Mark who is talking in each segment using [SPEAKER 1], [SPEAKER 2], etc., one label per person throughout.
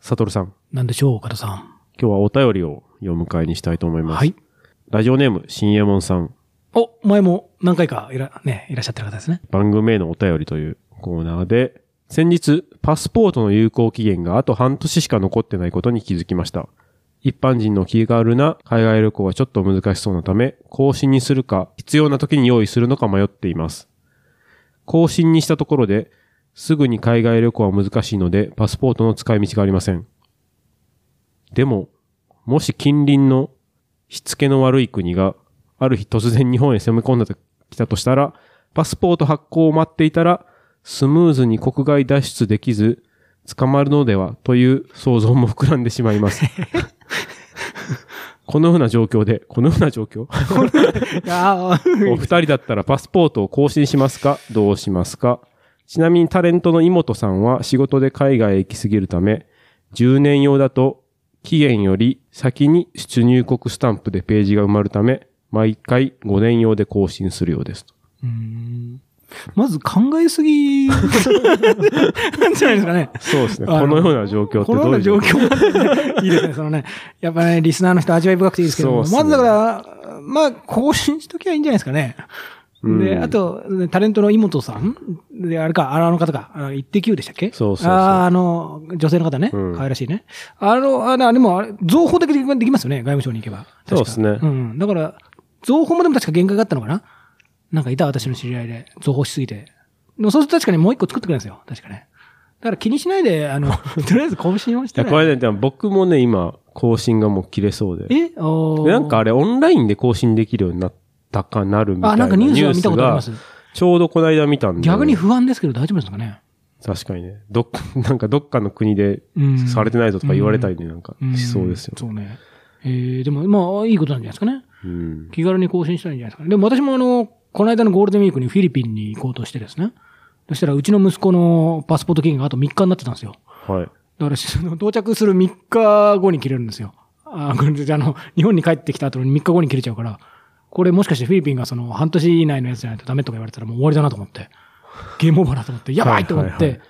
[SPEAKER 1] サトルさん、
[SPEAKER 2] なんでしょう、岡田さん。
[SPEAKER 1] 今日はお便りを読む会にしたいと思います。
[SPEAKER 2] はい。
[SPEAKER 1] ラジオネーム、新右衛門さん、
[SPEAKER 2] お、前も何回かいら,、ね、いらっしゃってる方ですね。
[SPEAKER 1] 番組へのお便りというコーナーで、先日、パスポートの有効期限があと半年しか残ってないことに気づきました。一般人の気軽な海外旅行はちょっと難しそうなため、更新にするか、必要な時に用意するのか迷っています。更新にしたところで、すぐに海外旅行は難しいので、パスポートの使い道がありません。でも、もし近隣のしつけの悪い国が、ある日突然日本へ攻め込んだときたとしたら、パスポート発行を待っていたら、スムーズに国外脱出できず、捕まるのではという想像も膨らんでしまいます。このふうな状況で、このふうな状況
[SPEAKER 2] あ
[SPEAKER 1] お二人だったらパスポートを更新しますかどうしますかちなみにタレントの妹さんは仕事で海外へ行きすぎるため、10年用だと期限より先に出入国スタンプでページが埋まるため、毎回5年用で更新するようですと。
[SPEAKER 2] うんまず考え すぎなんじゃないですかね。
[SPEAKER 1] そうですね。
[SPEAKER 2] あ
[SPEAKER 1] このような状況って
[SPEAKER 2] こ
[SPEAKER 1] どうい
[SPEAKER 2] のような
[SPEAKER 1] う状
[SPEAKER 2] 状
[SPEAKER 1] 況
[SPEAKER 2] 況がいいですね、そのね。やっぱね、リスナーの人味わい深くていいですけども、
[SPEAKER 1] そうっすね
[SPEAKER 2] まずだから、まあ、更新しときゃいいんじゃないですかね。
[SPEAKER 1] うん
[SPEAKER 2] で、あと、タレントの妹さんで、あれか、あのあの方か、あの、イッテ Q でしたっけ
[SPEAKER 1] そうそうそう
[SPEAKER 2] あーあの、女性の方ね。
[SPEAKER 1] うん
[SPEAKER 2] 可愛らしいね。あの、あの、でも、あれ、情報的にできますよね、外務省に行けば。確か
[SPEAKER 1] そうっすね
[SPEAKER 2] うん。だから、情報もでも確か限界があったのかななんかいた、私の知り合いで、情報しすぎて。でもそうすると確かにもう一個作ってくれるんですよ。確かね。だから気にしないで、あの、 とりあえず渾身をし
[SPEAKER 1] い
[SPEAKER 2] て
[SPEAKER 1] や、
[SPEAKER 2] ね、
[SPEAKER 1] これね、でも僕もね、今、更新がもう切れそうで。
[SPEAKER 2] えお
[SPEAKER 1] でなんかあ
[SPEAKER 2] れ
[SPEAKER 1] れ、オンラインで更新できるようになったかなるみたい
[SPEAKER 2] あ、
[SPEAKER 1] な
[SPEAKER 2] なんかニュースは見たことありま
[SPEAKER 1] ニ
[SPEAKER 2] す
[SPEAKER 1] ュース。がちょうどこの間見たんで。
[SPEAKER 2] 逆に不安ですけど大丈夫ですかね
[SPEAKER 1] 確かにね。どっか、 なんかどっかの国で
[SPEAKER 2] うん
[SPEAKER 1] されてないぞとか言われたりねなんか
[SPEAKER 2] ん
[SPEAKER 1] しそうですよ。
[SPEAKER 2] そうね。えー、でも、まあ、いいことなんじゃないですかね。
[SPEAKER 1] うん。
[SPEAKER 2] 気軽に更新したらいいんじゃないですかね。でも私もあの、この間のゴールデンウィークにフィリピンに行こうとしてですね。そしたら、うちの息子のパスポート期限があと3日になってたんですよ。
[SPEAKER 1] はい。
[SPEAKER 2] だから、その到着する3日後に切れるんですよ。あこれであの、日本に帰ってきた後に3日後に切れちゃうから、これもしかしてフィリピンがその半年以内のやつじゃないとダメとか言われたらもう終わりだなと思って、ゲームオーバーだと思って、やばいと思って、
[SPEAKER 1] はいはいは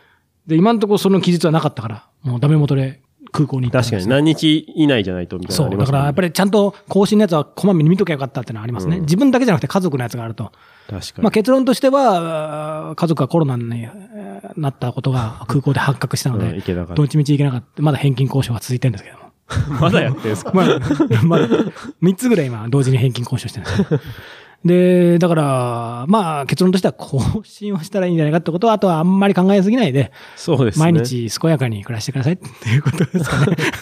[SPEAKER 2] で、今のところその記述はなかったから、もうダメ元で空港に行ったんです
[SPEAKER 1] 確か
[SPEAKER 2] よ
[SPEAKER 1] に、何日以内じゃないとみたいなの
[SPEAKER 2] そ
[SPEAKER 1] あり
[SPEAKER 2] う、
[SPEAKER 1] ま
[SPEAKER 2] だ
[SPEAKER 1] す
[SPEAKER 2] か
[SPEAKER 1] もん
[SPEAKER 2] らやっぱりちゃんと更新のやつはこまめに見ときゃよかったってのはありますね。
[SPEAKER 1] うん
[SPEAKER 2] 自分だけじゃなくて家族のやつがあると。
[SPEAKER 1] 確かに。
[SPEAKER 2] まあ、結論としては、あー家族がコロナにえーなったこ とが空港で発覚したの
[SPEAKER 1] うん
[SPEAKER 2] で
[SPEAKER 1] いけなか、った
[SPEAKER 2] どっちみち行けなかった。まだ返金交渉が続いてるんですけども。
[SPEAKER 1] まだやってんすか
[SPEAKER 2] まだ、 まだ、3つぐらい今同時に返金交渉してるんで すよ。で、だから、まあ結論としては更新をしたらいいんじゃないかってことは、あとはあんまり考えすぎないで、
[SPEAKER 1] そうですね。
[SPEAKER 2] 毎。日健やかに暮らしてくださいっていうことですかね。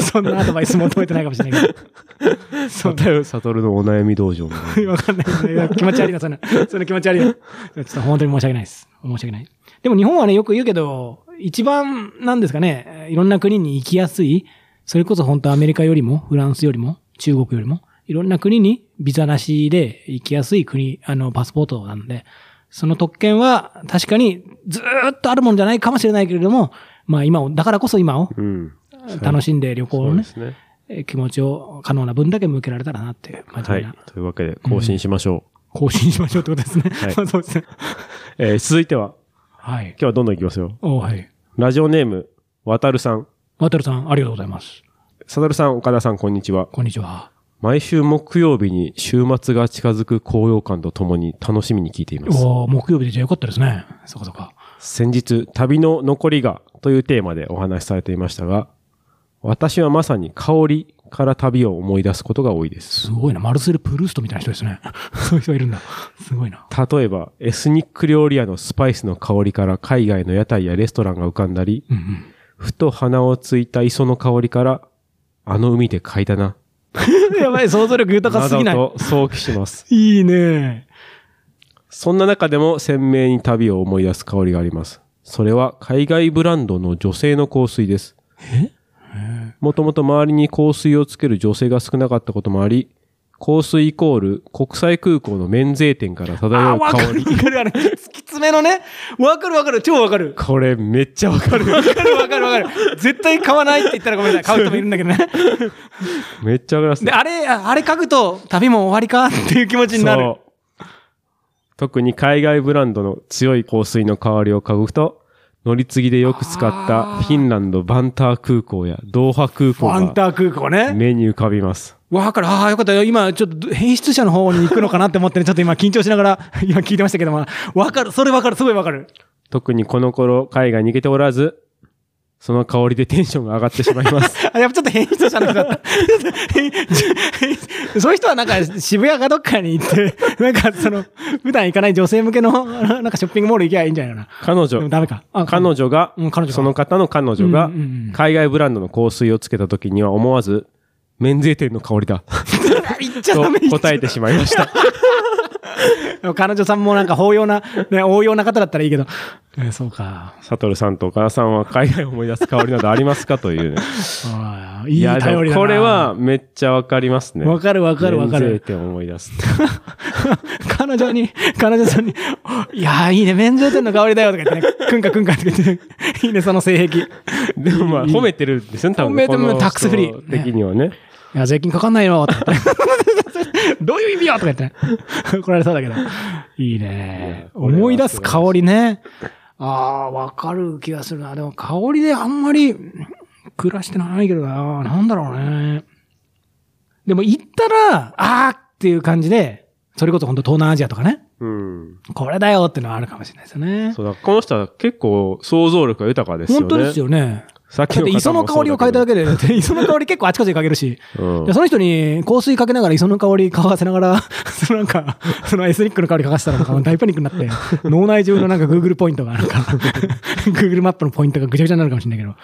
[SPEAKER 2] そんなアドバイス求めてないかもしれないけ ど。そ
[SPEAKER 1] サトル、サトルのお悩み道場の。
[SPEAKER 2] う、わかんないいや。 気持ち悪いな、そんな。その気持ち悪いな。ちょっと本当に申し訳ないです。申し訳ない。でも日本はね、よく言うけど、一番なんですかね、いろんな国に行きやすい、それこそ本当アメリカよりも、フランスよりも、中国よりも、いろんな国にビザなしで行きやすい国、あの、パスポートなんで、その特権は確かにずーっとあるもんじゃないかもしれないけれども、まあ今を、だからこそ今を
[SPEAKER 1] うん。
[SPEAKER 2] 楽しんで旅行
[SPEAKER 1] そ
[SPEAKER 2] を
[SPEAKER 1] うで
[SPEAKER 2] ね、
[SPEAKER 1] すね。
[SPEAKER 2] えー気持ちを可能な分だけ向けられたらなっていう、真
[SPEAKER 1] は
[SPEAKER 2] 面目
[SPEAKER 1] い
[SPEAKER 2] な。
[SPEAKER 1] というわけで、更新しましょ
[SPEAKER 2] 更新しましょうってことですね。
[SPEAKER 1] はい
[SPEAKER 2] まあ そうですね。
[SPEAKER 1] う。えー続いては、
[SPEAKER 2] はい
[SPEAKER 1] 今。日はどんどんいきますよ。
[SPEAKER 2] おはい。
[SPEAKER 1] ラジオネーム、わたるさん。
[SPEAKER 2] 渡るさん、ありがとうございます。
[SPEAKER 1] サトルさん、岡田さん、こんにちは。
[SPEAKER 2] こんにちは。
[SPEAKER 1] 毎週木曜日に週末が近づく高揚感とともに楽しみに聞いています。
[SPEAKER 2] おー木曜日でじゃあよかったですね。そこそこ。
[SPEAKER 1] 先日、旅の残りがというテーマでお話しされていましたが、私はまさに香りから旅を思い出すことが多いです。
[SPEAKER 2] すごいな。マルセル・プルーストみたいな人ですね。 そういう人がいるんだ。すごいな。
[SPEAKER 1] 例えば、エスニック料理屋のスパイスの香りから海外の屋台やレストランが浮かんだり、
[SPEAKER 2] うんうん。
[SPEAKER 1] ふと鼻をついた磯の香りから、あの海で嗅いだな、
[SPEAKER 2] やばい、想像力豊か
[SPEAKER 1] な
[SPEAKER 2] すぎ
[SPEAKER 1] ど
[SPEAKER 2] ない。
[SPEAKER 1] と想起します。
[SPEAKER 2] いいね。
[SPEAKER 1] そんな中でも鮮明に旅を思い出す香りがあります。それは海外ブランドの女性の香水です。もともと周りに香水をつける女性が少なかったこともあり、香水イコール国際空港の免税店から漂
[SPEAKER 2] あ、
[SPEAKER 1] う
[SPEAKER 2] わか
[SPEAKER 1] 香
[SPEAKER 2] る
[SPEAKER 1] り。
[SPEAKER 2] わかる。あの、きつきつめのね。わかるわかる。超わかる。
[SPEAKER 1] これめっちゃわか る。
[SPEAKER 2] わかるわかるわかる。絶対買わないって言ったらごめんなさい。買う人もいるんだけどね。
[SPEAKER 1] めっちゃわかります
[SPEAKER 2] で、
[SPEAKER 1] ね。
[SPEAKER 2] あれ、ああれ書くと、旅も終わりかっていう気持ちになる。
[SPEAKER 1] そう特に海外ブランドの強い香水の香りを嗅ぐと、乗り継ぎでよく使ったフィンランドバンター空港やドーハ空
[SPEAKER 2] ファ
[SPEAKER 1] 港
[SPEAKER 2] ン
[SPEAKER 1] が
[SPEAKER 2] ター空港ね。
[SPEAKER 1] 目に浮かびます。
[SPEAKER 2] わかる。ああ、よかったよ。今、ちょっと、変質者の方に行くのかなって思ってね、ちょっと今緊張しながら、 今聞いてましたけども、わかる。それわかる。すごいわかる。
[SPEAKER 1] 特にこの頃海外に行けておらず、その香りでテンションが上がってしまい ます。
[SPEAKER 2] あ、やっぱちょっと変質者の人だった変変。 そういう人はなんか渋谷かどっかに行って、 なんかその、普段行かない女性向けの、なんかショッピングモール行けばいいんじゃないかな。
[SPEAKER 1] 彼
[SPEAKER 2] でも
[SPEAKER 1] 女、
[SPEAKER 2] ダメか。あ
[SPEAKER 1] 彼女が
[SPEAKER 2] うん彼女、が
[SPEAKER 1] その方の彼女が
[SPEAKER 2] うんうんうん、
[SPEAKER 1] 海外ブランドの香水をつけた時には思わず、免税店の香り だ。
[SPEAKER 2] 言っちゃダメ
[SPEAKER 1] と答えてしまいました。
[SPEAKER 2] 彼女さんもなんか包容な、ね、応用な方だったらいいけど。えそうか。
[SPEAKER 1] サトルさんと岡田さんは海外を思い出す香りなどありますかと いうね。
[SPEAKER 2] あーいい
[SPEAKER 1] いや、で
[SPEAKER 2] 頼り
[SPEAKER 1] も
[SPEAKER 2] だな。
[SPEAKER 1] これは、めっちゃわかりますね。
[SPEAKER 2] わかるわかるわか
[SPEAKER 1] 免税
[SPEAKER 2] る。
[SPEAKER 1] 店を思い出す。
[SPEAKER 2] 彼女に、彼女さんに、いやーいいね、免税店の香りだよとか言ってね、 くんかくんかとか言ってね、いいね、その性癖。い
[SPEAKER 1] でもまあ、褒めてるんですよね、多分。
[SPEAKER 2] 褒めてる
[SPEAKER 1] この
[SPEAKER 2] タックスフリー
[SPEAKER 1] 人的にはね。
[SPEAKER 2] や、税金かかんないよ、とか言って。 どういう意味よとか言ってね、怒られそうだけど。いいね。
[SPEAKER 1] いやこれは
[SPEAKER 2] 思い出す香りね。ああー、わかる気がするな。でも香りであんまり暮らしてないけどな。なんだろうね。でも行ったら、ああっていう感じで、それこそ本当東南アジアとかね。
[SPEAKER 1] うん。
[SPEAKER 2] これだよっていうのはあるかもしれないですよね。
[SPEAKER 1] そうだ、この人は結構想像力が豊かですよね。
[SPEAKER 2] 本当です
[SPEAKER 1] よ。
[SPEAKER 2] よね。
[SPEAKER 1] さっき
[SPEAKER 2] だって磯の香りを変えただ
[SPEAKER 1] け。
[SPEAKER 2] けで、だって 磯の香り結構あちこちでかけるし、
[SPEAKER 1] うん
[SPEAKER 2] で。その人に香水かけながら磯の香り嗅がせながら、 そのなんか、そのエスニックの香り嗅がせたらなんか大パニックになって、 脳内中のなんか Google ポイントが、なんか、Google マップのポイントがぐちゃぐちゃになるかもしれないけど、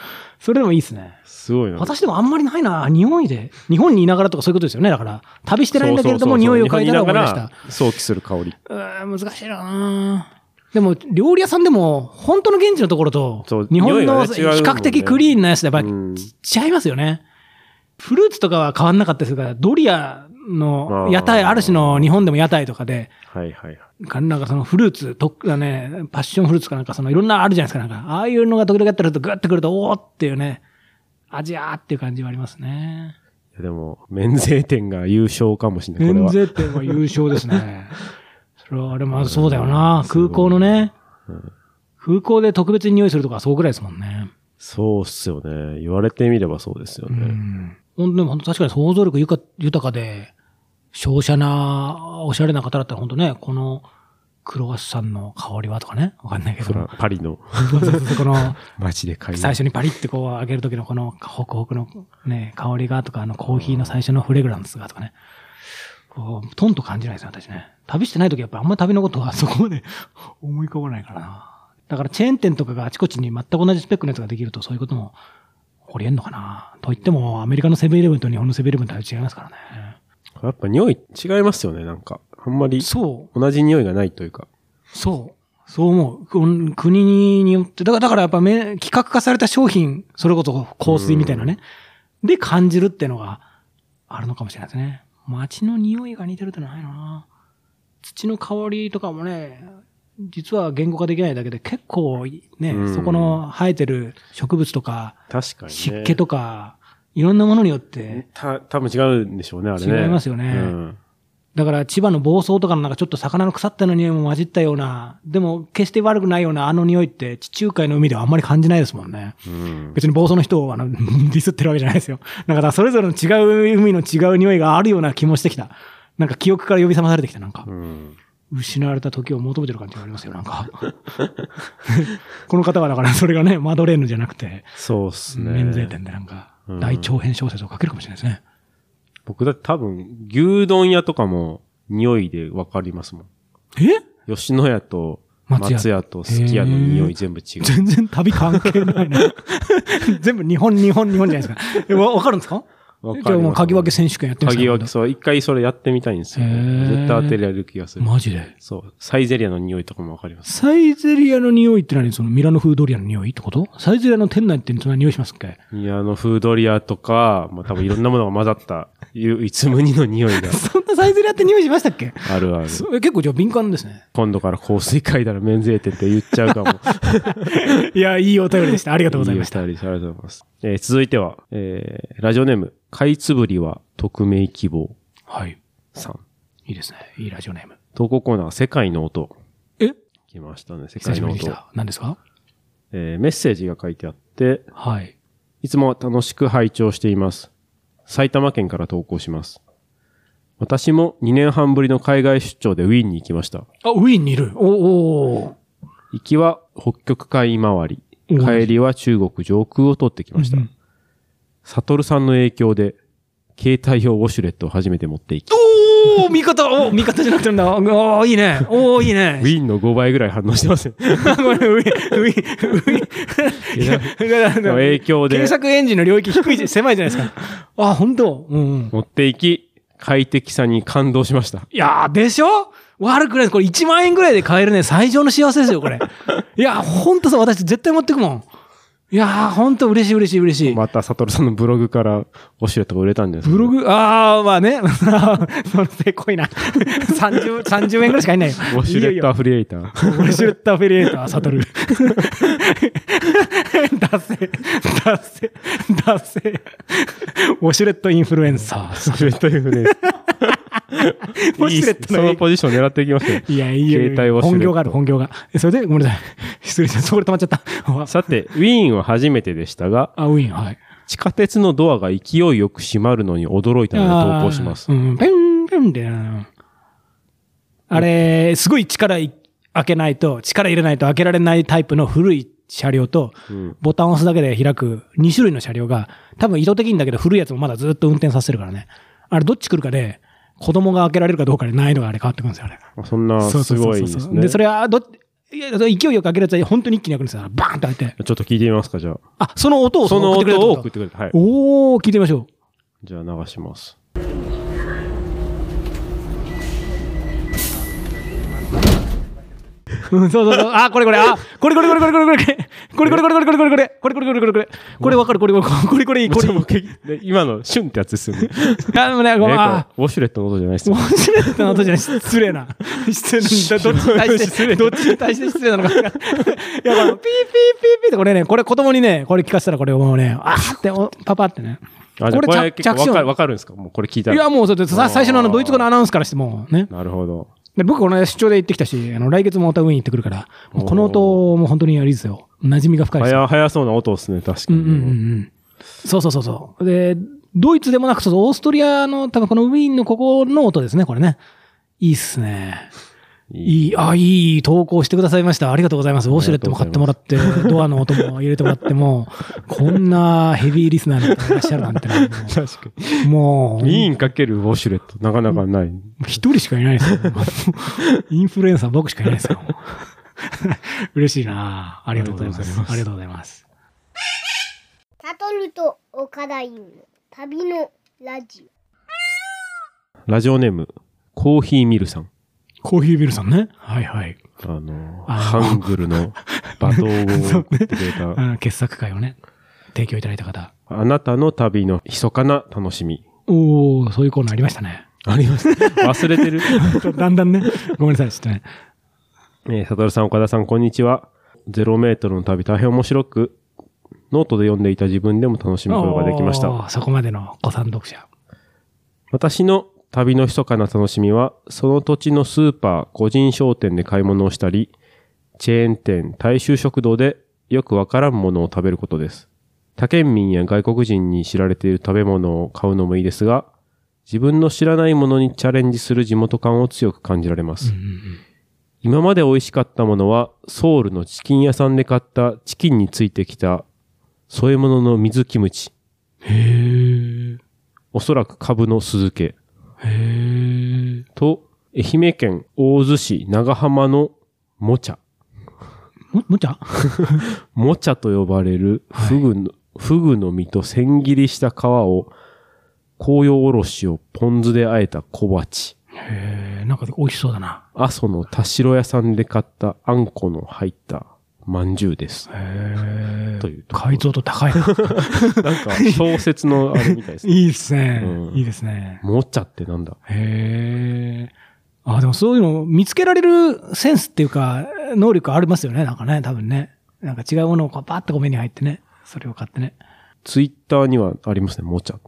[SPEAKER 2] それでもいいですね。
[SPEAKER 1] すごいな。
[SPEAKER 2] 私でもあんまりないな、匂いで。日本にいながらとかそういうことですよね、だから。旅してないんだけれど
[SPEAKER 1] そう
[SPEAKER 2] も、
[SPEAKER 1] そう
[SPEAKER 2] 匂
[SPEAKER 1] そう
[SPEAKER 2] いを嗅いだら思いまし
[SPEAKER 1] 日本にな。
[SPEAKER 2] た
[SPEAKER 1] がら想起する香り。
[SPEAKER 2] うーん難しいなでも、料理屋さんでも、本当の現地のところと
[SPEAKER 1] そう、
[SPEAKER 2] 日本
[SPEAKER 1] 匂いが
[SPEAKER 2] の
[SPEAKER 1] ね
[SPEAKER 2] 比
[SPEAKER 1] 違うもんね
[SPEAKER 2] 較的クリーンなやつでやっぱり
[SPEAKER 1] うん
[SPEAKER 2] 違いますよね。フルーツとかは変わんなかったですが、ドリアの屋台、
[SPEAKER 1] あー
[SPEAKER 2] ある種の日本でも屋台とかで、
[SPEAKER 1] はいはいはい。
[SPEAKER 2] なんかそのフルーツ、とあね、パッションフルーツかなんか、そのいろんなあるじゃないですか、なんか。ああいうのが時々やってるとグッてくると、おーっていうね、アジアーっていう感じはありますね。
[SPEAKER 1] いやでも、免税店が優勝かもしれない。これ
[SPEAKER 2] 免
[SPEAKER 1] は。
[SPEAKER 2] 税店は優勝です ね。それは、でもそうだよな。空港のね、空港で特別に匂いするとかはそうぐらいですもんね。
[SPEAKER 1] そうっすよね。言われてみればそうですよ
[SPEAKER 2] う
[SPEAKER 1] ね。
[SPEAKER 2] ん。ほんとでも本当確かに想像力ゆか豊かで、商社な、おしゃれな方だったら本当ね、この、クロワッサンの香りはとかね、わかんないけ
[SPEAKER 1] そ
[SPEAKER 2] ど、
[SPEAKER 1] ら、パリの
[SPEAKER 2] そうそうそうこの、
[SPEAKER 1] 街で買い
[SPEAKER 2] 最初にパリってこう揚げる時のこのホクホクのね、香りがとか、あのコーヒーの最初のフレグランスがとかね。こう、トンと感じないですね、私ね。旅してない時やっぱあんま旅のことはそこまで 思い浮かばないからな。だからチェーン店とかがあちこちに全く同じスペックのやつができるとそういうことも起こりえんのかな。といってもアメリカのセブンイレブンと日本のセブンイレブンとは違いますからね。
[SPEAKER 1] やっぱ匂い違いますよね、なんか。あんまり
[SPEAKER 2] そう。
[SPEAKER 1] 同じ匂いがないというか。
[SPEAKER 2] そう。そう思うこん。国によって、だからだからやっぱめ企画化された商品、それこそ香水みたいなね、で感じるっていうのがあるのかもしれないですね。街の匂いが似てるってのはないな。土の香りとかもね、実は言語化できないだけで結構ね、
[SPEAKER 1] うん
[SPEAKER 2] そこの生えてる植物とか、
[SPEAKER 1] 確かにね。
[SPEAKER 2] 湿気とか、いろんなものによって、
[SPEAKER 1] た、多分違うんでしょうね、あれね。
[SPEAKER 2] 違いますよね
[SPEAKER 1] うん。
[SPEAKER 2] だから千葉の房総とかのなんかちょっと魚の腐ったような匂いも混じったような、でも決して悪くないようなあの匂いって地中海の海ではあんまり感じないですもんね。
[SPEAKER 1] うん
[SPEAKER 2] 別に房総の人をあの ディスってるわけじゃないですよ。だからそれぞれの違う海の違う匂いがあるような気もしてきた。なんか記憶から呼び覚まされてきた、なんか
[SPEAKER 1] う。ん。
[SPEAKER 2] 失われた時を求めてる感じがありますよ、なんか。 この方はだからそれがね、マドレーヌじゃなくて、
[SPEAKER 1] そうっすね。
[SPEAKER 2] 免税店でなんか
[SPEAKER 1] うん
[SPEAKER 2] 大長編小説を書けるかもしれないですね。
[SPEAKER 1] 僕だって多分、牛丼屋とかも匂いでわかりますもん。
[SPEAKER 2] え
[SPEAKER 1] 吉野家と
[SPEAKER 2] 松屋
[SPEAKER 1] 松屋とすき家の匂い全部違う。
[SPEAKER 2] 全然旅関係な いな。全部日本、日本、日本じゃないですか。えわわかるんですか
[SPEAKER 1] わかります
[SPEAKER 2] じゃあもう鍵分け選手権やってみ
[SPEAKER 1] 鍵分け、そう、一回それやってみたいんですよ
[SPEAKER 2] へー
[SPEAKER 1] ね。絶対当てられる気がする。
[SPEAKER 2] マジで。
[SPEAKER 1] そう。サイゼリアの匂いとかもわかります。
[SPEAKER 2] サイゼリアの匂いって何そのミラノ風ドリアの匂いってことサイゼリアの店内ってそんな匂いします っけ
[SPEAKER 1] いや、あの、フードリアとか、まあ、多分いろんなものが混ざった、唯一無二の匂いが
[SPEAKER 2] そんなサイゼリアって匂いしましたっけ
[SPEAKER 1] あるある。
[SPEAKER 2] そえ結構じゃあ敏感です ね。
[SPEAKER 1] 今度から香水嗅いだら免税店って言っちゃうかも。あり
[SPEAKER 2] いや、いいお便りでした。ありが
[SPEAKER 1] が
[SPEAKER 2] とうございました。
[SPEAKER 1] ありがとうございます。えー続いては、えー、ラジオネーム、かいつぶりは匿名希望
[SPEAKER 2] はい。
[SPEAKER 1] さん。
[SPEAKER 2] いいですね。いいラジオネーム。
[SPEAKER 1] 投稿コーナー、世界の音。
[SPEAKER 2] え
[SPEAKER 1] 来ましたね、世
[SPEAKER 2] 久
[SPEAKER 1] 界
[SPEAKER 2] しぶ
[SPEAKER 1] の
[SPEAKER 2] りに来
[SPEAKER 1] 音。
[SPEAKER 2] た。何ですか
[SPEAKER 1] えーメッセージが書いてあって、
[SPEAKER 2] はい。
[SPEAKER 1] いつも楽しく拝聴しています。埼玉県から投稿します。私も2年半ぶりの海外出張でウィーンに行きました。
[SPEAKER 2] あ、ウィーンにいる。おお
[SPEAKER 1] 行きは北極海回り、
[SPEAKER 2] お
[SPEAKER 1] 帰りは中国上空を通ってきました。
[SPEAKER 2] うん
[SPEAKER 1] サトルさんの影響で、携帯用ウォシュレットを初めて持っていき、ウ
[SPEAKER 2] おお味方お味方じゃなくてんだ。おおいいね。おおいいね。
[SPEAKER 1] ィーンの5倍ぐらい反応してますね。
[SPEAKER 2] ごめん、ウィーン、ウィーン、ウィーン。いやだから
[SPEAKER 1] 影響で
[SPEAKER 2] 検索エンジンの領域低いじ、狭いじゃないですか。 あ、本当うんうん。
[SPEAKER 1] 持っていき、快適さに感動しました。
[SPEAKER 2] いやー、でしょ悪くないです。これ1万円ぐらいで買えるね、最上の幸せですよ、こ れ。いやー、ほんとさ、私絶対持ってくもん。いやー、ほんと嬉しい嬉しい嬉しい。
[SPEAKER 1] また、サトルさんのブログからウォシュレットが売れたんですけど
[SPEAKER 2] ブログ、ああ、まあね。 そのせこいな。30、30円ぐらいしかいないよ。
[SPEAKER 1] ウォシュレ
[SPEAKER 2] いい
[SPEAKER 1] ット
[SPEAKER 2] よ
[SPEAKER 1] アフリエイター。
[SPEAKER 2] ウォシュレットアフィリエイター、サトル。ダセ、ダセ、ダセ。ウォシュレットインフルエンサー。
[SPEAKER 1] ウォシュレットアフリエイタ
[SPEAKER 2] ウ
[SPEAKER 1] ー。
[SPEAKER 2] ォシュレッ
[SPEAKER 1] そ
[SPEAKER 2] トの
[SPEAKER 1] のポジション狙っていきましょう。
[SPEAKER 2] いや、いいよ。
[SPEAKER 1] 携帯ウォシュレット
[SPEAKER 2] 本業がある、本業が。えそれで、ごめんなさい。失礼しました。そこで止まっちゃ った。
[SPEAKER 1] さて、ウィーンは初めてでしたが、
[SPEAKER 2] あ、ウィン、はい。
[SPEAKER 1] 地下鉄のドアが勢いよく閉まるのに驚いたので投稿します
[SPEAKER 2] あ。ーうん、ペン、ペンで。あれ、すごい力い開けないと、力入れないと開けられないタイプの古い車両と、
[SPEAKER 1] うん
[SPEAKER 2] ボタンを押すだけで開く2種類の車両が、多分意図的にだけど古いやつもまだずっと運転させてるからね。あれ、どっち来るかで、子供が開けられるかどうかで難易度があれ変わってくるんですよ、あれ。
[SPEAKER 1] そんな、
[SPEAKER 2] そう
[SPEAKER 1] す
[SPEAKER 2] そうそう
[SPEAKER 1] ごい
[SPEAKER 2] そ
[SPEAKER 1] で
[SPEAKER 2] う
[SPEAKER 1] すね。
[SPEAKER 2] で、そ
[SPEAKER 1] れ、
[SPEAKER 2] れはどっ、いや勢いよく開けるやつは本当に一気に開くんですよ。バーンと開いて。
[SPEAKER 1] ちょっと聞いてみますか、じゃあ。
[SPEAKER 2] あ、その音を
[SPEAKER 1] その音を
[SPEAKER 2] 送
[SPEAKER 1] 送っ
[SPEAKER 2] って
[SPEAKER 1] てくれた。はい
[SPEAKER 2] くれた。おー、聞いてみましょ
[SPEAKER 1] じゃあ流します。
[SPEAKER 2] う。うん、そうそうそう。あ、これこれ、あ、これこれこれこれこれこれこれこれこれこれこれこれこれこれこれこれこれこれこれこれわかるこれこれこれこれこれこれ
[SPEAKER 1] で今の、シュンってやつ ですよね。
[SPEAKER 2] あ、でもね、ごめん。あ
[SPEAKER 1] ウォシュレットの音じゃないです
[SPEAKER 2] ウ
[SPEAKER 1] よ。
[SPEAKER 2] ォシュレットの音じゃない、失礼な。失礼な。どっちに対して、どっちに対して失礼なのか。いや、このピーピーピーピーってこれね、これ子供にね、これ聞かせたらこれもうね、あーって、おパパってね。
[SPEAKER 1] あ、じゃあこれ結構わ
[SPEAKER 2] 音
[SPEAKER 1] かるわかるんですかもうこれ聞いた
[SPEAKER 2] いや、
[SPEAKER 1] ら。
[SPEAKER 2] もうそうですさ最初のあのドイツ語のアナウンスからしてもうね。
[SPEAKER 1] なるほど。
[SPEAKER 2] で僕、この間出張で行ってきたし、あの来月もまたウィーン行ってくるから、もうこの音も本当にあれですよ。馴染みが深いですよ。
[SPEAKER 1] 早、早そうな音ですね、確か
[SPEAKER 2] うん
[SPEAKER 1] に。
[SPEAKER 2] うんうんうん。そうそうそうそう。で、ドイツでもなく、そうそうオーストリアの、多分このウィーンのここの音ですね、これね。いいっすね。
[SPEAKER 1] いい。
[SPEAKER 2] いい、あ、いい投稿してくださいました。ありがとうございます。ウォシュレットも買ってもらって、ドアの音も入れてもらっても、こんなヘビーリスナーの方がいらっしゃるなんてね、
[SPEAKER 1] 確か
[SPEAKER 2] もう。もう
[SPEAKER 1] に。インかけるウォシュレット、なかなかない。
[SPEAKER 2] 一人しかいないですよ。インフルエンサー僕しかいないです よ。嬉しいなありがとうございます。ありがとうございます。
[SPEAKER 3] タトルと岡田犬の旅のラジオ。
[SPEAKER 1] ラジオネーム、コーヒーミルさん。
[SPEAKER 2] コーヒービルさんね。はいはい。
[SPEAKER 1] あの、
[SPEAKER 2] あ
[SPEAKER 1] ハングルの罵 倒を送ってくれた、
[SPEAKER 2] あの傑作会をね、提供いただいた方。
[SPEAKER 1] あなたの旅の密かな楽しみ。
[SPEAKER 2] おおそういうコーナーありましたね。
[SPEAKER 1] あります。忘れてる。
[SPEAKER 2] だんだんね。ごめんなさい、ちょっとね。
[SPEAKER 1] えー、サトルさん、岡田さん、こんにちは。ゼロメートルの旅、大変面白く、ノートで読んでいた自分でも楽しむことができました。
[SPEAKER 2] おーそこまでの子さん読者。
[SPEAKER 1] 私の旅の密かな楽しみは、その土地のスーパー、個人商店で買い物をしたり、チェーン店、大衆食堂でよくわからんものを食べることです。他県民や外国人に知られている食べ物を買うのもいいですが、自分の知らないものにチャレンジする地元感を強く感じられます。今まで美味しかったものは、ソウルのチキン屋さんで買ったチキンについてきた添え物の水キムチ、
[SPEAKER 2] へえ。
[SPEAKER 1] おそらく株の酢漬け、
[SPEAKER 2] へえ。
[SPEAKER 1] と、愛媛県大洲市長浜のもちゃ。
[SPEAKER 2] も、もっちゃん
[SPEAKER 1] もちゃと呼ばれるフグの、フグの実と千切りした皮を、紅葉おろしをポン酢で和えた小鉢。
[SPEAKER 2] へえ、なんか美味しそうだな。
[SPEAKER 1] 阿蘇の田代屋さんで買ったあんこの入った饅頭 です。
[SPEAKER 2] へ
[SPEAKER 1] と
[SPEAKER 2] え。
[SPEAKER 1] いうとこ
[SPEAKER 2] 解像度高いな。
[SPEAKER 1] なんか小説のあれみたいですね。
[SPEAKER 2] いいですね、
[SPEAKER 1] うん
[SPEAKER 2] いいですね。
[SPEAKER 1] もちゃってなんだ
[SPEAKER 2] へえ。あ、でもそういうの見つけられるセンスっていうか、能力ありますよね。なんかね、多分ね。なんか違うものをこうパッとこう目に入ってね。それを買ってね。
[SPEAKER 1] ツイッターにはありますね、もちゃ。
[SPEAKER 2] へ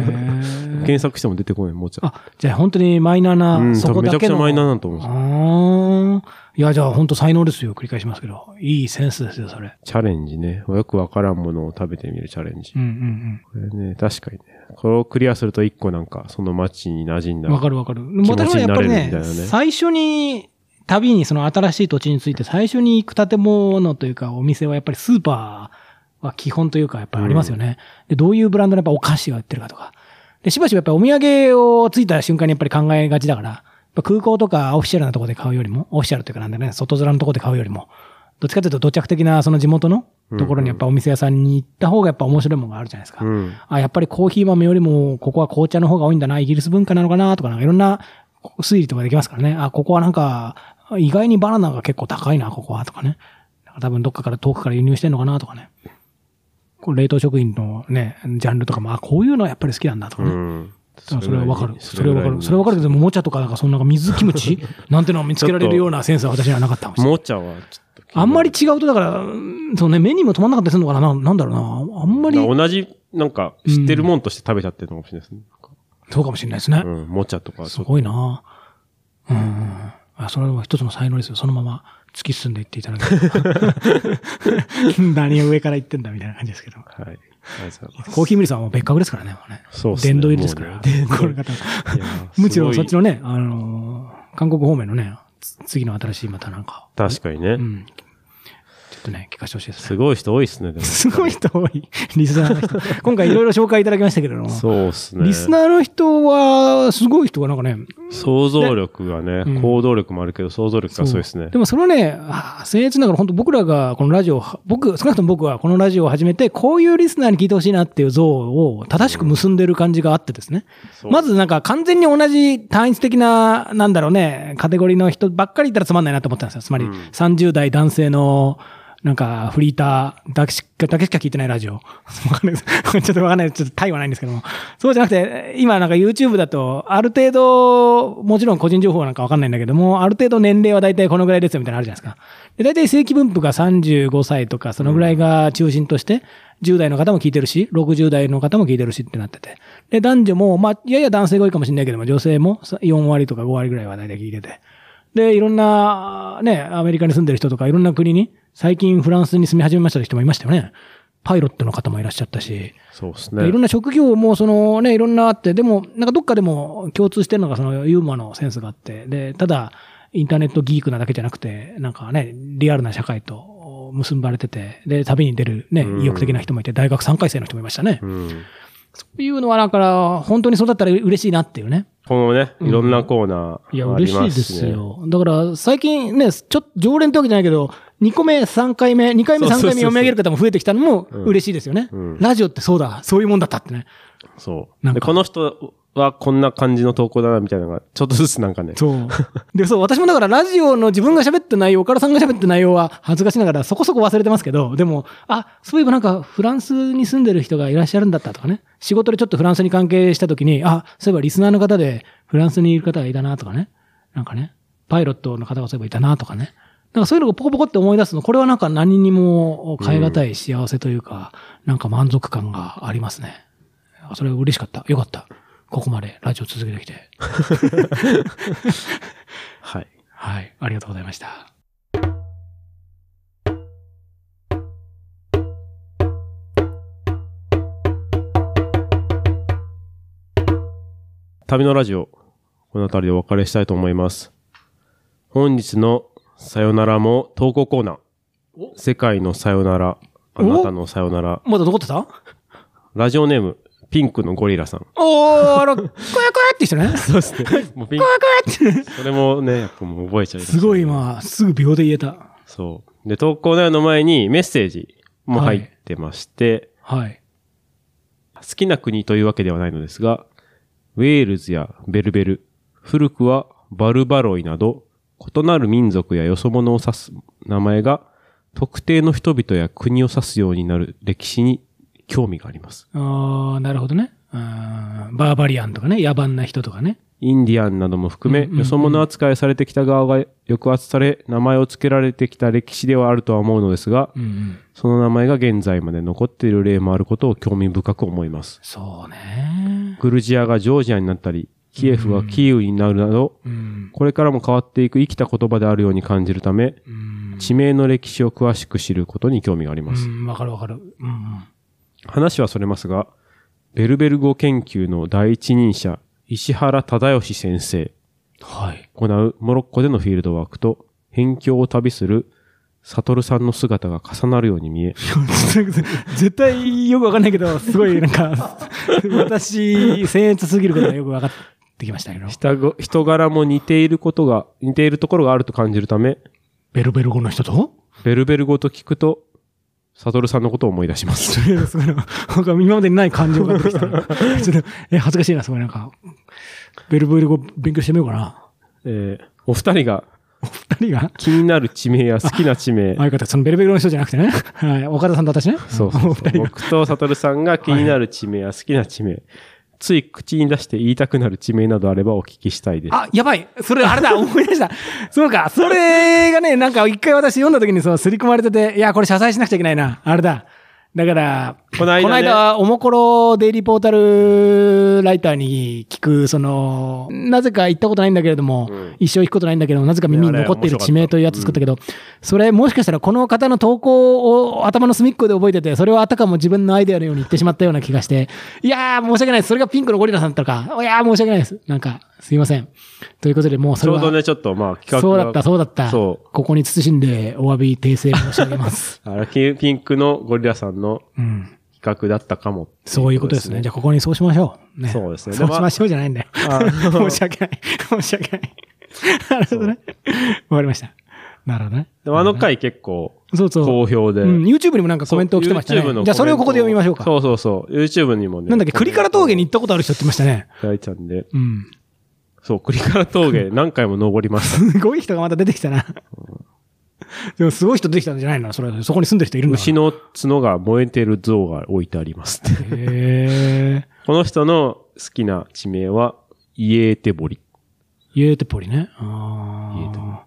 [SPEAKER 2] え。
[SPEAKER 1] 検索しても出てこない、もちゃ。
[SPEAKER 2] あ、じゃあ本当にマイナーな、
[SPEAKER 1] うん、
[SPEAKER 2] そ
[SPEAKER 1] 多
[SPEAKER 2] こ
[SPEAKER 1] 分めち
[SPEAKER 2] だ
[SPEAKER 1] ゃく
[SPEAKER 2] け
[SPEAKER 1] ちゃ
[SPEAKER 2] の。
[SPEAKER 1] マイナーなんだと思うんですよ
[SPEAKER 2] あーいや、じゃあ本当才能ですよ。繰り返しますけど。いいセンスですよ、それ。
[SPEAKER 1] チャレンジね。よくわからんものを食べてみるチャレンジ。
[SPEAKER 2] うんうん
[SPEAKER 1] これね、確かにね。これをクリアすると一個なんか、その街に馴染ん
[SPEAKER 2] う
[SPEAKER 1] だ。
[SPEAKER 2] ん。わかるわかる。
[SPEAKER 1] 持ち
[SPEAKER 2] 私は
[SPEAKER 1] に
[SPEAKER 2] やっ
[SPEAKER 1] な
[SPEAKER 2] ぱ
[SPEAKER 1] れる
[SPEAKER 2] り
[SPEAKER 1] みたいなね
[SPEAKER 2] ね、最初に、旅にその新しい土地について最初に行く建物というかお店はやっぱりスーパーは基本というかやっぱりありますよね。で、どういうブランドのやっぱお菓子が売ってるかとか。で、しばしばやっぱりお土産を着いた瞬間にやっぱり考えがちだから、やっぱ空港とかオフィシャルなところで買うよりも、オフィシャルというかなんだね、外面のところで買うよりも、どっちかというと土着的なその地元のところにやっぱお店屋さんに行った方がやっぱ面白いものがあるじゃないですか。
[SPEAKER 1] うん。
[SPEAKER 2] あ、やっぱりコーヒー豆よりも、ここは紅茶の方が多いんだな、イギリス文化なのかな、とか、なんかいろんな推理とかできますからね。あ、ここはなんか、意外にバナナが結構高いな、ここは、とかね。なんか多分どっかから遠くから輸入してんのかな、とかね。こう冷凍食品のね、ジャンルとかも、あ、こういうのはやっぱり好きなんだ、とか
[SPEAKER 1] う
[SPEAKER 2] ね。
[SPEAKER 1] ん。
[SPEAKER 2] それはわかる。それはわかる。それ
[SPEAKER 1] は
[SPEAKER 2] はわかるけど、おもちゃとか、なんかそんな水キムチ なんてのを見つけられるようなセンスは私にはなかったかもしれない
[SPEAKER 1] もちゃは、ちょっと。
[SPEAKER 2] あんまり違うと、だから、うんそうね、目にも止まんなかったりするのかなななんだろうな。あんまり、
[SPEAKER 1] 同じ、なんか、知ってるもんとして食べちゃってるのかもしれないですね。
[SPEAKER 2] そうかもしれないですね。
[SPEAKER 1] うん、もちゃとか、
[SPEAKER 2] す
[SPEAKER 1] そう
[SPEAKER 2] ごいなうん。あ、それは一つの才能ですよ。そのまま突き進んでいっていただけ れば何を上から言ってんだみたいな感じですけど。
[SPEAKER 1] はい。ありがとうございます
[SPEAKER 2] コーヒーミルさんはもう別格ですからね、もうね。
[SPEAKER 1] そうっすね
[SPEAKER 2] 殿堂入りですから。
[SPEAKER 1] もうね
[SPEAKER 2] でこの方
[SPEAKER 1] いやー
[SPEAKER 2] むし
[SPEAKER 1] す
[SPEAKER 2] ろ
[SPEAKER 1] ご
[SPEAKER 2] そ
[SPEAKER 1] い
[SPEAKER 2] っちのね、あのー韓国方面のね、つ次の新しいまたなんか。
[SPEAKER 1] 確かにね
[SPEAKER 2] う。ん。ちょっとね、聞かせてほしいです
[SPEAKER 1] す
[SPEAKER 2] ね。
[SPEAKER 1] ごい人多いっすね、でも。
[SPEAKER 2] すごい人多い。リスナーの人。今回いろいろ紹介いただきましたけれども。
[SPEAKER 1] そうっすね。
[SPEAKER 2] リスナーの人は、すごい人がなんかね、
[SPEAKER 1] 想像力がね、
[SPEAKER 2] うん
[SPEAKER 1] 行動力もあるけど、想像力がすごいですね
[SPEAKER 2] で。もそのね、あー僭越ながら本当僕らがこのラジオを、僕、少なくとも僕はこのラジオを始めて、こういうリスナーに聞いてほしいなっていう像を正しく結んでる感じがあってですね。
[SPEAKER 1] そう
[SPEAKER 2] まずなんか完全に同じ単一的な、なんだろうね、カテゴリーの人ばっかりいたらつまんないなと思ったんですよ。つまり
[SPEAKER 1] うん
[SPEAKER 2] 30代男性の、なんか、フリーターだけしか、だけしか聞いてないラジオ。わかんない です。ちょっとわかんない。ちょっとタイはないんですけども。そうじゃなくて、今なんか YouTube だと、ある程度、もちろん個人情報なんかわかんないんだけども、ある程度年齢は大体このぐらいですよみたいなのあるじゃないですか。で、大体正規分布が35歳とか、そのぐらいが中心として、10代の方も聞いてるし、60代の方も聞いてるしってなってて。で、男女も、まあ、やや男性が多いかもしれないけども、女性もさ4割とか5割ぐらいは大体聞いてて。で、いろんな、ね、アメリカに住んでる人とか、いろんな国に、最近フランスに住み始めましたって人もいましたよね。パイロットの方もいらっしゃったし、
[SPEAKER 1] そうです
[SPEAKER 2] でい
[SPEAKER 1] ね
[SPEAKER 2] ろ。んな職業も、そのね、いろんなあって、でも、なんかどっかでも共通してるのが、そのユーモアのセンスがあって、で、ただ、インターネットギークなだけじゃなくて、なんかね、リアルな社会と結ばれてて、で、旅に出るね、
[SPEAKER 1] うん
[SPEAKER 2] 意欲的な人もいて、大学3回生の人もいましたね。
[SPEAKER 1] うん。
[SPEAKER 2] そういうのは、だから、本当にそうだったら嬉しいなっていうね。
[SPEAKER 1] このね、
[SPEAKER 2] うん
[SPEAKER 1] いろんなコーナ
[SPEAKER 2] いや、
[SPEAKER 1] ーもあ
[SPEAKER 2] 嬉
[SPEAKER 1] り
[SPEAKER 2] しい
[SPEAKER 1] ま
[SPEAKER 2] ですす
[SPEAKER 1] しね。
[SPEAKER 2] よ。だから、最近ね、ちょっと常連ってわけじゃないけど、2個目、3回目、2回目、3
[SPEAKER 1] そうそうそう
[SPEAKER 2] 回
[SPEAKER 1] そう
[SPEAKER 2] 目読み上げる方も増えてきたのも
[SPEAKER 1] うん
[SPEAKER 2] 嬉しいですよね。
[SPEAKER 1] うん
[SPEAKER 2] ラジオってそうだ、そういうもんだったってね。
[SPEAKER 1] そう。
[SPEAKER 2] なん
[SPEAKER 1] で
[SPEAKER 2] か
[SPEAKER 1] この人はこんな感じの投稿だな、みたいなのが、ちょっとずつなんかね。
[SPEAKER 2] そう。で、そう、私もだからラジオの自分が喋った内容、岡田さんが喋った内容は恥ずかしながらそこそこ忘れてますけど、でも、あ、そういえばなんかフランスに住んでる人がいらっしゃるんだったとかね。仕事でちょっとフランスに関係した時に、あ、そういえばリスナーの方でフランスにいる方がいたなとかね。なんかね、パイロットの方がそういえばいたなとかね。なんかそういうのがポコポコって思い出すの、これはなんか何にも変え難い幸せというか、なんか満足感がありますね。あそれ嬉しかった。よかった。ここまでラジオ続けてきて。
[SPEAKER 1] はい。
[SPEAKER 2] はい、ありがとうございました。
[SPEAKER 1] 旅のラジオ、この辺りでお別れしたいと思います。本日のさよならも投稿コーナー。
[SPEAKER 2] お
[SPEAKER 1] 世界のさよなら、あなたのさよなら。
[SPEAKER 2] まだ残ってた
[SPEAKER 1] ラジオネーム、ピンクのゴリラ さん。
[SPEAKER 2] おー、あの、こやこやって人ね。
[SPEAKER 1] そうですね。もうピンク。それもね、やっぱもう覚えちゃいました
[SPEAKER 2] すごい今、すぐ秒で言えた。
[SPEAKER 1] そう。で、投稿内容の前にメッセージも入ってまして、
[SPEAKER 2] はい。
[SPEAKER 1] 好きな国というわけではないのですが、ウェールズやベルベル、古くはバルバロイなど、異なる民族やよそ者を指す名前が、特定の人々や国を指すようになる歴史に興味があります。
[SPEAKER 2] あー、なるほどね。あーバーバリアンとかね、野蛮な人とかね。
[SPEAKER 1] インディアンなども含め、
[SPEAKER 2] うんうんうん
[SPEAKER 1] よそ者扱いされてきた側が抑圧され、名前を付けられてきた歴史ではあるとは思うのですが、
[SPEAKER 2] うんうん。
[SPEAKER 1] その名前が現在まで残っている例もあることを興味深く思います。
[SPEAKER 2] そうね。
[SPEAKER 1] グルジアがジョージアになったり、キエフはキーウになるなど、
[SPEAKER 2] うん。
[SPEAKER 1] これからも変わっていく生きた言葉であるように感じるため、
[SPEAKER 2] うん。
[SPEAKER 1] 地名の歴史を詳しく知ることに興味があり
[SPEAKER 2] う
[SPEAKER 1] ます。
[SPEAKER 2] ん、わかるわかる。うんうん。
[SPEAKER 1] 話はそれますが、ベルベル語研究の第一人者、石原忠義先生、
[SPEAKER 2] はい。
[SPEAKER 1] 行うモロッコでのフィールドワークと、辺境を旅するサトルさんの姿が重なるように見え、
[SPEAKER 2] 絶対よくわかんないけど、すごいなんか、 私、僭越すぎることがよくわかってきましたけど。
[SPEAKER 1] 人ご人柄も似ていることが、似ているところがあると感じるため、
[SPEAKER 2] ベルベル語の人と
[SPEAKER 1] ベルベル語と聞くと、サトルさんのことを思い出します。
[SPEAKER 2] それすごいな。なんか今までにない感情が出てき たな。ちょっと、え、恥ずかしいな、すごいなんか。ベルベル語勉強してみようかな。
[SPEAKER 1] えーお二人が
[SPEAKER 2] 二人が
[SPEAKER 1] 気になる地名や好きな地名、
[SPEAKER 2] あ、よかった。そのベルベルの人じゃなくてね。はい。岡田さんと私ね。
[SPEAKER 1] そうそう
[SPEAKER 2] お
[SPEAKER 1] そ
[SPEAKER 2] 二
[SPEAKER 1] う。
[SPEAKER 2] 人が。
[SPEAKER 1] 僕と悟さんが気になる地名や好きな地名、つい口に出して言いたくなる地名などあればお聞きしたいです。
[SPEAKER 2] あ、やばい。それ、あれだ。 思い出した。そうか。それがね、なんか一回私読んだ時にそう、刷り込まれてて、いや、これ謝罪しなくちゃいけないな。あれだ。だから、
[SPEAKER 1] この間ね
[SPEAKER 2] おもころデイリーポータルライターに聞く、その、なぜか行ったことないんだけれども、
[SPEAKER 1] うん
[SPEAKER 2] 一生行くことないんだけども、なぜか耳に残っている地名というやつ作ったけど、それもしかしたらこの方の投稿を頭の隅っこで覚えてて、それをあたかも自分のアイデアのように言ってしまったような気がして、いやー申し訳ないです。それがピンクのゴリラさんだったのか。いやー申し訳ないです。なんか、すいません。ということで、もうそ
[SPEAKER 1] ち
[SPEAKER 2] れ
[SPEAKER 1] ょ
[SPEAKER 2] は。
[SPEAKER 1] うどね、ちょっとまあ企画
[SPEAKER 2] そうだった、そうだった。
[SPEAKER 1] そう
[SPEAKER 2] ここに慎んでお詫び訂正申し上げます。
[SPEAKER 1] あらピピンクのゴリラさんの
[SPEAKER 2] うん。
[SPEAKER 1] 企画だったかも。
[SPEAKER 2] そういうことですね。じゃあ、ここにそうしましょう。ね。
[SPEAKER 1] そうですね
[SPEAKER 2] そうしましょうじゃないんだよ。
[SPEAKER 1] あ
[SPEAKER 2] 申し訳ない。申し訳ない。 なるほどね。わかりました。なるほどね。
[SPEAKER 1] でもあの回結構
[SPEAKER 2] そうそう。
[SPEAKER 1] 好評で。
[SPEAKER 2] うん、YouTube にもなんか
[SPEAKER 1] そ
[SPEAKER 2] コ
[SPEAKER 1] う
[SPEAKER 2] メント来てました
[SPEAKER 1] YouTube のコメント
[SPEAKER 2] ね。
[SPEAKER 1] を
[SPEAKER 2] じゃあ、それをここで読みましょうか。
[SPEAKER 1] そうそうそう。YouTube にもね。
[SPEAKER 2] なんだっけ、栗から峠に行
[SPEAKER 1] い
[SPEAKER 2] ったことある人って言ってましたね。
[SPEAKER 1] ただいたんで。
[SPEAKER 2] うん。
[SPEAKER 1] そう、栗から峠何回も登りま した。
[SPEAKER 2] すごい人がまた出てき たな。でも、すごい人出てきたんじゃないのそれ、そこに住んでる人いるんだから。
[SPEAKER 1] 牛の角が燃えてる像が置いてありますって。
[SPEAKER 2] へえ。
[SPEAKER 1] この人の好きな地名は、イエーテボリ。
[SPEAKER 2] イエテポリね。
[SPEAKER 1] イエーテポ
[SPEAKER 2] ああ。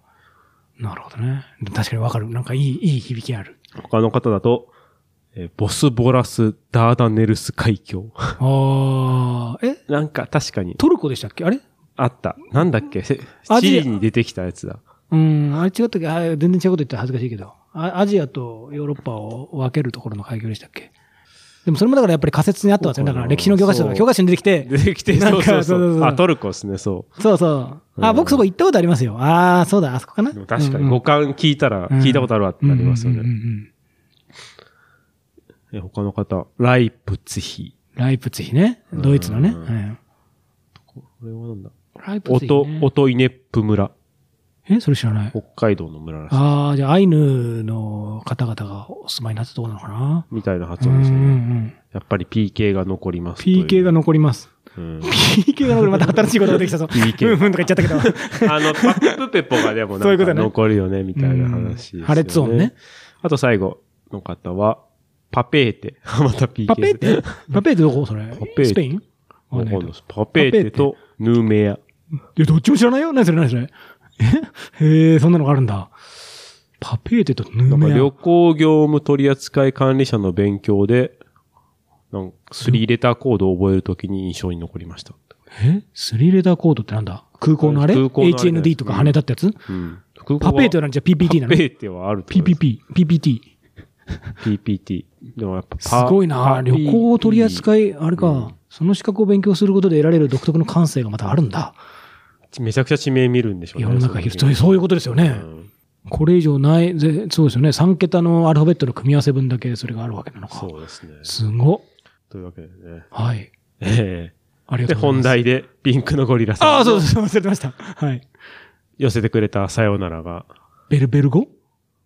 [SPEAKER 2] なるほどね。確かにわかる。なんかいい、いい響きある。
[SPEAKER 1] 他の方だと、えーボスボラス・ダーダネルス海峡。
[SPEAKER 2] ああ。え
[SPEAKER 1] なんか確かに
[SPEAKER 2] トルコでしたっけあれ
[SPEAKER 1] あった。なんだっ けせ
[SPEAKER 2] アジア
[SPEAKER 1] チリに出てきたやつだ。
[SPEAKER 2] うん、あれ違ったっけあれ全然違うこと言ったら恥ずかしいけど。あアジアとヨーロッパを分けるところの海峡でしたっけでもそれもだからやっぱり仮説にあったわけですね。だから歴史の教科書と
[SPEAKER 1] そう
[SPEAKER 2] か教科書に 出てきて。
[SPEAKER 1] 出てきて、
[SPEAKER 2] なん
[SPEAKER 1] そ
[SPEAKER 2] か
[SPEAKER 1] うそうそ
[SPEAKER 2] そうそう
[SPEAKER 1] う。
[SPEAKER 2] そう
[SPEAKER 1] あ、トルコですね、そ
[SPEAKER 2] そうそう。
[SPEAKER 1] う
[SPEAKER 2] あ、
[SPEAKER 1] ん
[SPEAKER 2] 僕そこ行ったことありますよ。ああ、そうだ、あそこかな。
[SPEAKER 1] う。でも確か
[SPEAKER 2] うんう
[SPEAKER 1] に
[SPEAKER 2] ん
[SPEAKER 1] 五感聞いたら、聞いたことあるわってなりますよ
[SPEAKER 2] うんうんう
[SPEAKER 1] ね。
[SPEAKER 2] んうん
[SPEAKER 1] え他の方、ライプツヒ。
[SPEAKER 2] ライプツヒね。ドイツのね。
[SPEAKER 1] うん
[SPEAKER 2] うん
[SPEAKER 1] これはなんだ
[SPEAKER 2] ライプ
[SPEAKER 1] オ
[SPEAKER 2] ツヒね
[SPEAKER 1] ト、オトイネップ村。
[SPEAKER 2] え、それ知らない。
[SPEAKER 1] 北海道の村らしい。
[SPEAKER 2] ああ、じゃあ、アイヌの方々がお住まいになったところなのかな
[SPEAKER 1] みたいな発音です
[SPEAKER 2] うんうん
[SPEAKER 1] ね。
[SPEAKER 2] うん
[SPEAKER 1] やっぱり PK が残りますという。
[SPEAKER 2] PK が残ります。
[SPEAKER 1] うん。
[SPEAKER 2] PK が残る。また新しいことができたぞ。
[SPEAKER 1] PK
[SPEAKER 2] うんうんとか言っちゃったけど。
[SPEAKER 1] あ の、パップペポがでも
[SPEAKER 2] そう
[SPEAKER 1] ないん
[SPEAKER 2] うこ
[SPEAKER 1] か
[SPEAKER 2] とね
[SPEAKER 1] 残るよね、みたいな話ですよ、
[SPEAKER 2] うん破裂音ね。
[SPEAKER 1] あと最後の方は、パペーテ。 また PK。
[SPEAKER 2] パペーテパペーテどこそれ
[SPEAKER 1] パペーテ
[SPEAKER 2] スペインわ
[SPEAKER 1] わ
[SPEAKER 2] かん
[SPEAKER 1] か
[SPEAKER 2] な
[SPEAKER 1] ない
[SPEAKER 2] んいけど
[SPEAKER 1] ですパペーテとヌーメア。
[SPEAKER 2] いや、どっちも知らないよ何それ何それえへえ、そんなのがあるんだ。パペーテと
[SPEAKER 1] な
[SPEAKER 2] ヌー
[SPEAKER 1] んか
[SPEAKER 2] メ
[SPEAKER 1] 旅
[SPEAKER 2] ア。
[SPEAKER 1] 行業務取扱管理者の勉強で、なんか3レターコードを覚えるときに印象に残りました。
[SPEAKER 2] えスリーレーダーコードってなんだ空港のあれ
[SPEAKER 1] 空港のあれ
[SPEAKER 2] ?HND とか羽田ってやつ
[SPEAKER 1] うん。空港
[SPEAKER 2] パ
[SPEAKER 1] は
[SPEAKER 2] ペーテは何じゃあ PPT な
[SPEAKER 1] パ
[SPEAKER 2] の
[SPEAKER 1] ペーテはあると思います
[SPEAKER 2] ?PPP、PPT。
[SPEAKER 1] PPT。でもやっぱ
[SPEAKER 2] すごいな旅行を取り扱
[SPEAKER 1] い。
[SPEAKER 2] い、あれか、
[SPEAKER 1] うん
[SPEAKER 2] その資格を勉強することで得られる独特の感性がまたあるんだ。
[SPEAKER 1] めちゃくちゃ地名見るんでしょうね。
[SPEAKER 2] 世の中広い。
[SPEAKER 1] そ
[SPEAKER 2] そういうことですよね。
[SPEAKER 1] の時うん
[SPEAKER 2] これ以上ない、ぜそうですよね。3桁のアルファベットの組み合わせ分だけそれがあるわけなのか。
[SPEAKER 1] そうですね。
[SPEAKER 2] すごっ。
[SPEAKER 1] というわけでね。
[SPEAKER 2] はい。
[SPEAKER 1] え
[SPEAKER 2] あり
[SPEAKER 1] え
[SPEAKER 2] が
[SPEAKER 1] で、
[SPEAKER 2] とうござい
[SPEAKER 1] 本
[SPEAKER 2] ます。
[SPEAKER 1] 題でピンクのゴリラさん。
[SPEAKER 2] ああ、そうそう、忘れてました。はい。
[SPEAKER 1] 寄せてくれたさようならが、
[SPEAKER 2] ベルベル語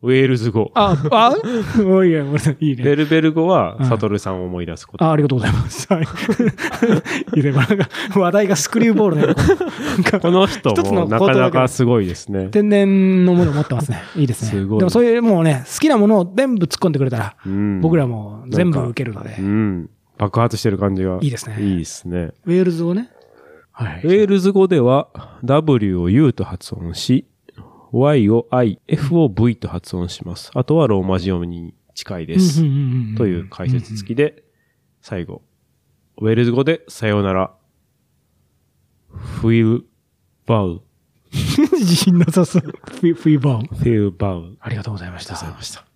[SPEAKER 1] ウェールズ語。
[SPEAKER 2] あ、あ、 おいや、ごめんなさいいいね。
[SPEAKER 1] ベルベル語
[SPEAKER 2] う
[SPEAKER 1] は、
[SPEAKER 2] ん
[SPEAKER 1] サトルさんを思い出すこと。
[SPEAKER 2] あありがとうございます。はい。 いいね。なんか、話題がスクリューボールね。なんか
[SPEAKER 1] この人
[SPEAKER 2] 一つの
[SPEAKER 1] もな
[SPEAKER 2] 言葉だけ
[SPEAKER 1] か
[SPEAKER 2] ど
[SPEAKER 1] なかすごいですね。
[SPEAKER 2] 天然のものを持ってますね。いいですね。
[SPEAKER 1] すごい
[SPEAKER 2] でもそういうもうね、好きなものを全部突っ込んでくれたら、
[SPEAKER 1] うん
[SPEAKER 2] 僕らも全部
[SPEAKER 1] なんか
[SPEAKER 2] 受けるので
[SPEAKER 1] う、ん。爆発してる感じが。
[SPEAKER 2] いいですね
[SPEAKER 1] いいですね。
[SPEAKER 2] ウェールズをね。はい
[SPEAKER 1] ウェールズ語では、W を U と発音し、Y を I、F を V と発音します。あとはローマ字読みに近いです。という解説付き
[SPEAKER 2] き。
[SPEAKER 1] で、最後。ウェールズ語でさようなら。フィルバウ、
[SPEAKER 2] 自信なさそう。フィフィーバーン。
[SPEAKER 1] フィルバウ。
[SPEAKER 2] ありがとうございました。
[SPEAKER 1] した。